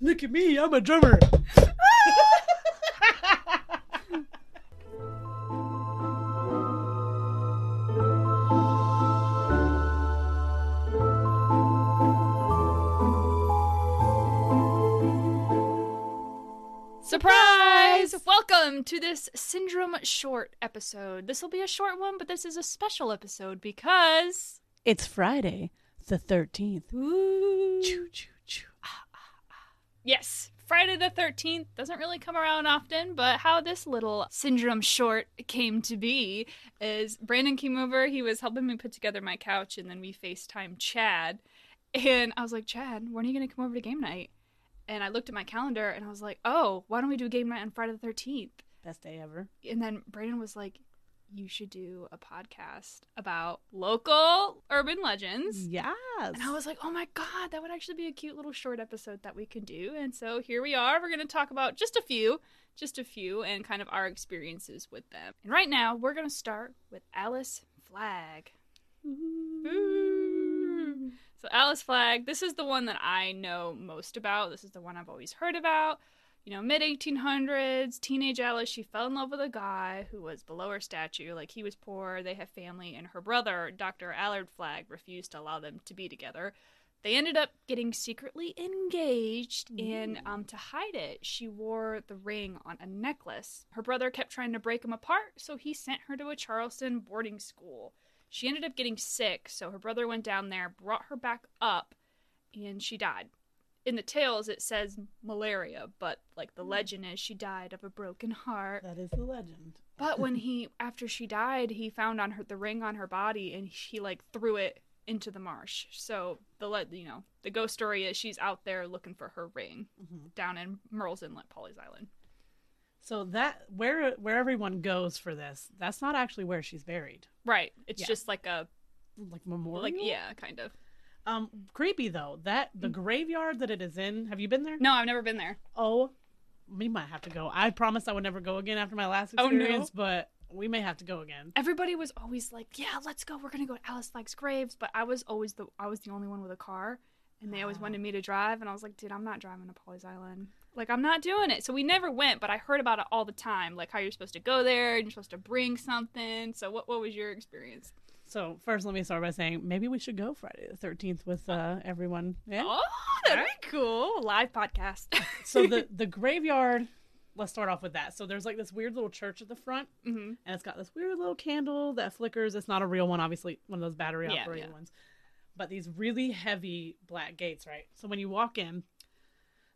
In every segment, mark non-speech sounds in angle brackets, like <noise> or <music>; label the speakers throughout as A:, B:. A: Look at me, I'm a drummer.
B: Surprise! Welcome to this Syndrome short episode. This will be a short one, but this is a special episode because.
C: It's Friday, the 13th. Choo, choo, choo.
B: Yes, Friday the 13th doesn't really come around often, but how this little syndrome short came to be is Brandon came over, he was helping me put together my couch, and then we FaceTime Chad. And I was like, Chad, when are you going to come over to game night? And I looked at my calendar and I was like, oh, why don't we do game night on Friday the 13th?
C: Best day ever.
B: And then Brandon was like, you should do a podcast about local urban legends.
C: Yes.
B: And I was like, oh my God, that would actually be a cute little short episode that we could do. And so here we are. We're going to talk about just a few, just a few, and kind of our experiences with them. And right now, we're going to start with Alice Flagg.
C: Mm-hmm.
B: Ooh. So, Alice Flagg, this is the one that I know most about. This is the one I've always heard about. You know, mid 1800s, teenage Alice, she fell in love with a guy who was below her stature. Like, he was poor, they had family, and her brother, Dr. Allard Flagg, refused to allow them to be together. They ended up getting secretly engaged, and um, to hide it, she wore the ring on a necklace. Her brother kept trying to break them apart, so he sent her to a Charleston boarding school. She ended up getting sick, so her brother went down there, brought her back up, and she died. In the tales, it says malaria, but like the legend is, she died of a broken heart.
C: That is the legend.
B: But when he, after she died, he found on her the ring on her body, and he like threw it into the marsh. So the le- you know the ghost story is she's out there looking for her ring
C: Mhm.
B: down in Merle's Inlet, Polly's Island.
C: So that where where everyone goes for this, that's not actually where she's buried.
B: Right. It's
C: Yeah.
B: just like a
C: Like memorial.
B: like yeah, kind of.
C: Um, creepy though. That the graveyard that it is in. Have you been there?
B: No, I've never been there.
C: Oh, we might have to go. I promised I would never go again after my last
B: Oh, no.
C: experience, but we may have to go again.
B: everybody was always like, "Yeah, let's go. We're gonna go to Alice Flagg's graves." But I was always the I was the only one with a car, and they always
C: Ah.
B: wanted me to drive, and I was like, "Dude, I'm not driving to Polly's Island. Like, I'm not doing it." So we never went, but I heard about it all the time, like how you're supposed to go there and you're supposed to bring something. So what what was your experience?
C: So first, let me start by saying maybe we should go Friday the thirteenth with uh, everyone. Yeah.
B: Oh, that'd be cool.
C: <laughs>
B: Live podcast.
C: so
B: <laughs>
C: the the graveyard. Let's start off with that. So there's like this weird little church at the front,
B: hmm
C: and it's got this weird little candle that flickers. It's not a real one, obviously, one of those battery
B: Yeah,
C: operated
B: yeah.
C: ones. But these really heavy black gates, right? So when you walk in,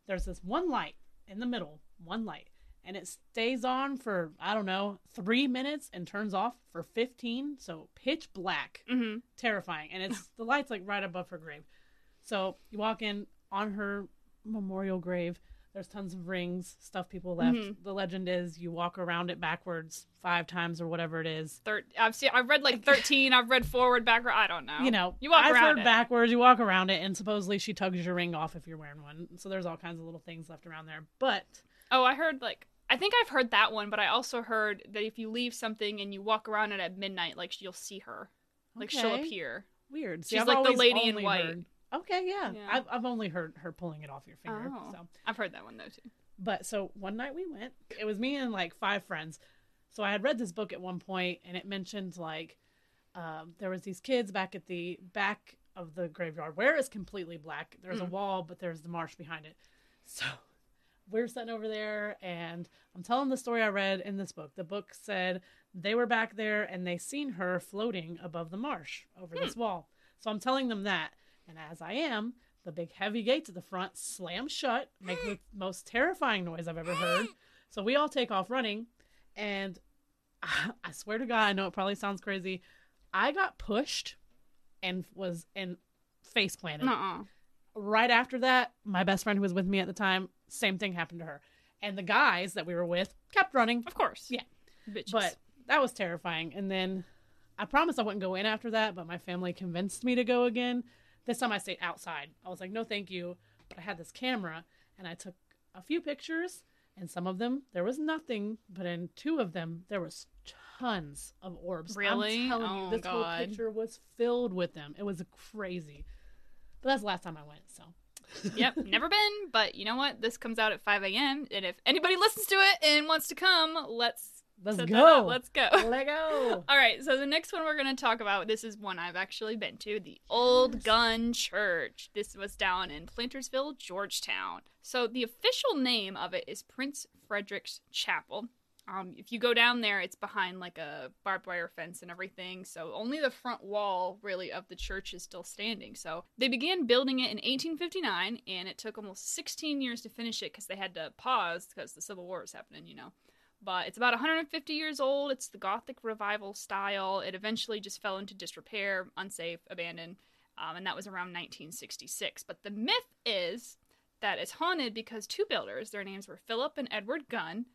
C: there's this one light in the middle, one light, and it stays on for I don't know three minutes and turns off for fifteen. So pitch black
B: hmm
C: terrifying. And it's the light's like right above her grave. So you walk in on her memorial grave. There's tons of rings, stuff people left.
B: Mhm.
C: The legend is you walk around it backwards five times or whatever it is.
B: Thir- I've seen. I've
C: <laughs>
B: read like 13. I've read forward, backward. I don't know.
C: You know,
B: You walk
C: I've
B: around
C: heard
B: it.
C: backwards. You walk around it, and supposedly she tugs your ring off if you're wearing one. So there's all kinds of little things left around there. But
B: Oh, I heard like I think I've heard that one, but I also heard that if you leave something and you walk around it at midnight, like you'll see her, like she'll
C: Okay.
B: appear.
C: Weird.
B: She's like the
C: always
B: lady in
C: only
B: white.
C: heard- Okay, yeah,
B: Yeah.
C: I've I've only heard her pulling it off your finger.
B: Oh.
C: So
B: I've heard that one though too.
C: But so one night we went. It was me and like five friends. So I had read this book at one point, and it mentioned like um, there was these kids back at the back of the graveyard where it's completely black. There's
B: Mm.
C: a wall, but there's the marsh behind it. So <laughs> we're sitting over there, and I'm telling the story I read in this book. The book said they were back there and they seen her floating above the marsh over this wall. So I'm telling them that, and as I am, the big heavy gates at the front slam shut, make the most terrifying noise I've ever heard. So we all take off running, and <laughs> I, I swear to God, I know it probably sounds crazy. I got pushed and was and face planted.
B: Nuh-uh.
C: Right after that, my best friend who was with me at the time, same thing happened to her. And the guys that we were with kept running,
B: Of course.
C: Yeah.
B: Bitches.
C: but <laughs> that was terrifying. And then I promised I wouldn't go in after that, but my family convinced me to go again. This time I stayed outside. I was like, no, thank you. But I had this camera and I took a few pictures, and some of them there was nothing, but in two of them there was tons of orbs.
B: Really?
C: I'm telling
B: Oh,
C: you, this
B: God.
C: whole picture was filled with them. It was crazy. But that's the last time I went, so
B: yep, never been, but you know what? This comes out at 5 a.m. And if anybody listens to it and wants to come, let's
C: Let's
B: set that up.
C: go.
B: Let's go. <laughs>
C: Let go.
B: All right, so the next one we're going to talk about, this is one I've actually been to, the Old Gun Church. This was down in Plantersville, Georgetown. So the official name of it is Prince Frederick's Chapel. Um, if you go down there, it's behind like a barbed wire fence and everything. So only the front wall, really, of the church is still standing. So they began building it in 1859, and it took almost 16 years to finish it because they had to pause because the Civil War was happening, you know but it's about 150 years old. It's the Gothic revival style. It eventually just fell into disrepair, unsafe, abandoned, um, and that was around 1966. But the myth is that it's haunted because two builders, their names were Philip and Edward Gunn,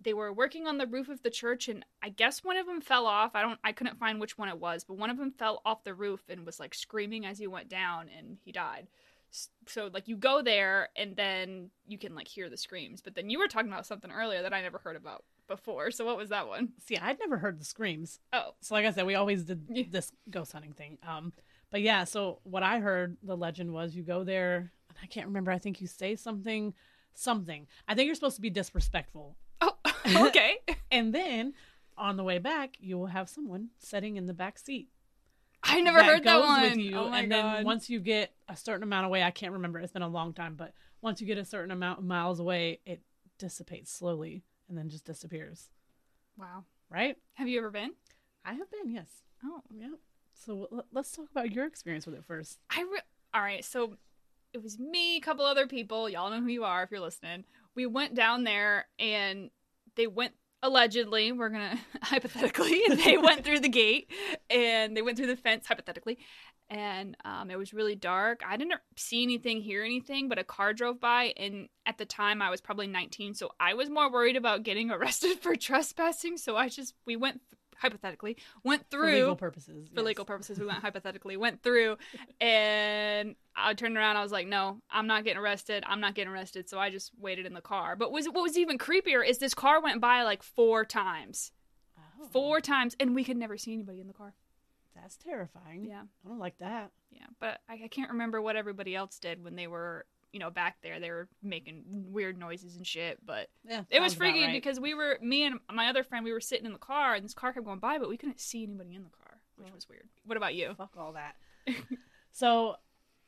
B: they were working on the roof of the church, and I guess one of them fell off. I don't, I couldn't find which one it was, but one of them fell off the roof and was like screaming as he went down, and he died. S- So like you go there and then you can like hear the screams. But then you were talking about something earlier that I never heard about before. So what was that one?
C: See, I'd never heard the screams.
B: Oh,
C: So like I said, we always
B: Yeah.
C: did this ghost hunting thing. Um, but yeah, so what I heard the legend was you go there, and I can't remember. I think you say something, something. I think you're supposed to be disrespectful,
B: oh, <laughs> okay.
C: and then on the way back, you will have someone sitting in the back seat.
B: I never heard that
C: goes
B: one.
C: With you,
B: oh my
C: and
B: god.
C: then once you get a certain amount away, I can't remember. It's been a long time, but once you get a certain amount of miles away, it dissipates slowly and then just disappears.
B: wow.
C: Right?
B: Have you ever been?
C: I have been yes.
B: Oh,
C: Yep. So l- let's talk about your experience with it first.
B: I re- all right. So it was me, a couple other people. Y'all know who you are if you're listening. We went down there, and they went allegedly. We're gonna <laughs> hypothetically. <laughs> They went through the gate, and they went through the fence hypothetically, and um, it was really dark. I didn't see anything, hear anything, but a car drove by, and at the time I was probably 19, so I was more worried about getting <laughs> arrested for trespassing. So I just we went hypothetically went
C: for
B: through
C: legal purposes.
B: for legal purposes we went hypothetically went through and i turned around i was like no i'm not getting arrested i'm not getting arrested so i just waited in the car but was what was even creepier is this car went by like four times
C: purposes.
B: four times and we could never see anybody in the car
C: Oh, That's terrifying.
B: yeah
C: I don't like that.
B: yeah but i, I can't remember what everybody else did when they were you know back there they were making weird noises and shit but
C: Yeah.
B: it
C: sounds
B: was
C: about
B: freaky
C: right.
B: because we were me and my other friend we were sitting in the car and this car kept going by but we couldn't see anybody in the car which
C: Oh.
B: was weird what about you
C: fuck all that. <laughs> so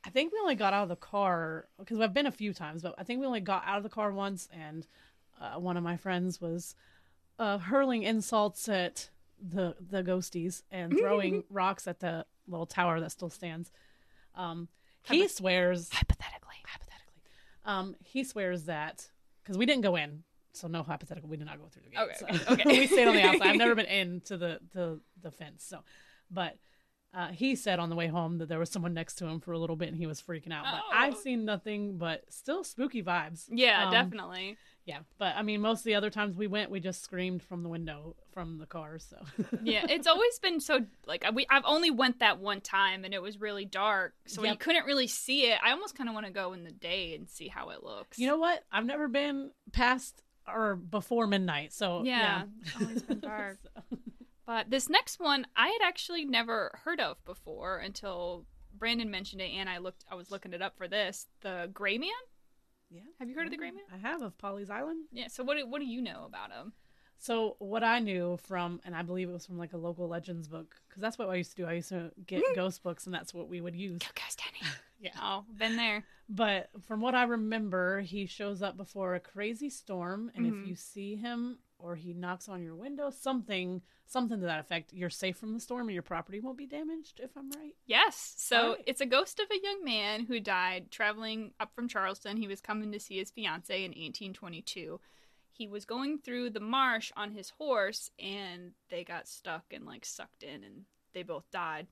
C: I think we only got out of the car because I've been a few times, but I think we only got out of the car once, and uh, one of my friends was uh, hurling insults at the the ghosties and
B: <laughs>
C: throwing rocks at the little tower that still stands. Um, he
B: Hypo-
C: swears
B: hypothetically
C: hypothetically. Um, he swears that because we didn't go in, so no hypothetical. We did not go through the gate.
B: Okay,
C: so-
B: okay,
C: <laughs>
B: okay.
C: we stayed on the outside. I've never been into the the the fence. So, but uh, he said on the way home that there was someone next to him for a little bit, and he was freaking out. But I've
B: Oh.
C: seen nothing, but still spooky vibes.
B: Yeah,
C: Um,
B: definitely.
C: Yeah, but I mean, most of the other times we went, we just screamed from the window from the car. So <laughs>
B: Yeah, it's always been so like we. I've only went that one time, and it was really dark, so you
C: Yep.
B: couldn't really see it. I almost kind of want to go in the day and see how it looks.
C: you know what? I've never been past or before midnight. So
B: yeah, it's always
C: <laughs>
B: been dark.
C: So-
B: But this next one, I had actually never heard of before until Brandon mentioned it, and I looked. I was looking it up for this. The Gray Man.
C: yeah. Mm-hmm.
B: Have you heard of the Gray Man?
C: I have of Polly's Island.
B: Yeah. So what? do- What do you know about him?
C: So what I knew from, and I believe it was from like a local legends book, because that's what I used to do. I used to get
B: Mm.
C: ghost books, and that's what we would use.
B: Go <laughs> Ghost Danny.
C: Yeah.
B: Oh, been there.
C: But from what I remember, he shows up before a crazy storm, and
B: Mhm.
C: if you see him or he knocks on your window, something, something to that effect, you're safe from the storm, and your property won't be damaged. If I'm right.
B: Yes. So
C: Alright.
B: it's a ghost of a young man who died traveling up from Charleston. He was coming to see his fiance in 1822. He was going through the marsh on his horse and they got stuck and like sucked in and they both died.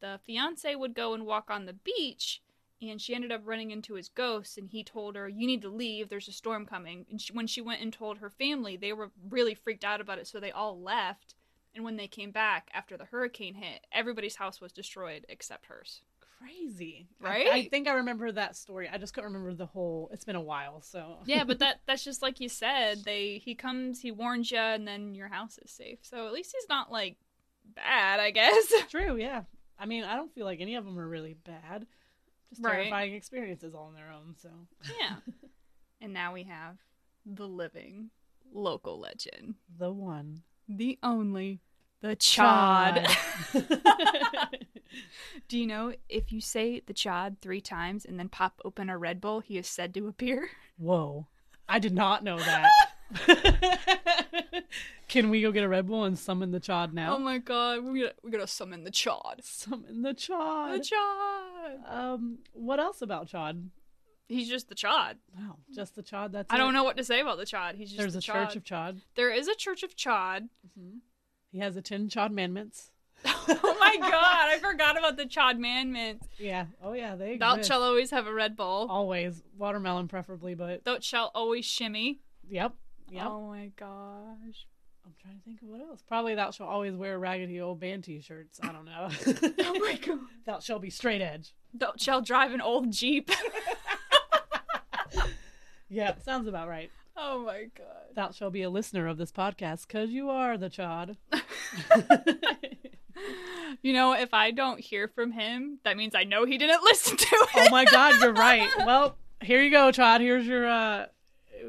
B: The fiance would go and walk on the beach and she ended up running into his ghost and he told her you need to leave there's a storm coming and she, when she went and told her family they were really freaked out about it so they all left and when they came back after the hurricane hit, everybody's house was destroyed except hers.
C: Crazy, I-
B: Right?
C: I, think I remember that story. I just couldn't remember the whole. It's been a while, so
B: Yeah, but that that's just like you <laughs> said. They he comes, he warns you, and then your house is safe. So at least he's not like bad, I guess.
C: True, yeah. I mean, I don't feel like any of them are really bad. Just
B: Right.
C: terrifying experiences all on their own. So
B: <laughs> Yeah. and now we have the living local legend,
C: the one
B: the only, the Chod.
C: Chod.
B: <laughs>
C: <laughs>
B: Do you know if you say the Chod three times and then pop open a Red Bull, he is said to appear?
C: Whoa. I did not know <laughs> that. Can we go get a Red Bull and summon the Chod now?
B: Oh my god, we gotta, we gotta summon the Chod.
C: summon the
B: The
C: Chod.
B: Chod.
C: um, what else about Chod?
B: He's just the Chod.
C: Wow, just the Chod. That's
B: I
C: it?
B: don't know what to say about the Chod. He's just
C: There's
B: the
C: a
B: Chod.
C: church of Chod. Mm-hmm.
B: there is a church of Chod.
C: He has the ten Chod <laughs> mandments.
B: <laughs> oh <laughs> my god, I forgot about the Chod Manment.
C: Yeah. Oh yeah, they
B: Thou
C: exist.
B: shall always have a Red Bull.
C: always watermelon preferably, but
B: Thou shall always shimmy.
C: yep. Yep.
B: Oh my <laughs> gosh.
C: I'm trying to think of what else. Probably thou shall always wear raggedy old band t-shirts. I don't know.
B: Oh
C: <laughs>
B: my god.
C: thou shall be straight edge.
B: Thou shall drive an old Jeep.
C: Yeah, sounds about right.
B: <laughs> oh my god.
C: Thou shall be a listener of this podcast because you are the
B: <laughs>
C: Chod.
B: You know, if I don't hear from him, that means I know he didn't <laughs> listen to it.
C: oh my God, you're right. Well, here you go, Chod. Here's your uh,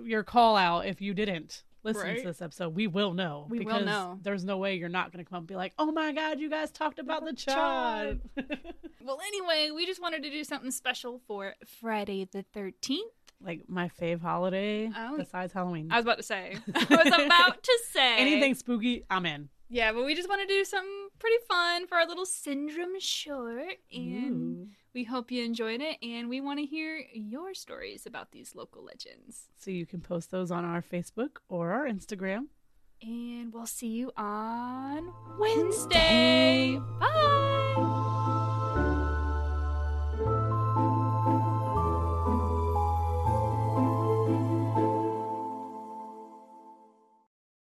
C: your call out. If you didn't listen
B: Right.
C: to this episode, we will know.
B: We will
C: because
B: know.
C: There's no way you're not going to come up and be like, oh my God, you guys talked about the Chod. <laughs>
B: Chod. Oh, Well, anyway, we just wanted to do something special for Friday the 13th.
C: like my fave holiday
B: Oh.
C: besides Halloween.
B: I was about to say. <laughs> I
C: <laughs>
B: was about to say.
C: Anything spooky, I'm in.
B: Yeah, but we just want to do something pretty fun for our little syndrome short.
C: Ooh.
B: And we hope you enjoyed it. And we want to hear your stories about these local legends.
C: So you can post those on our Facebook or our Instagram.
B: And we'll see you on Wednesday. Bye.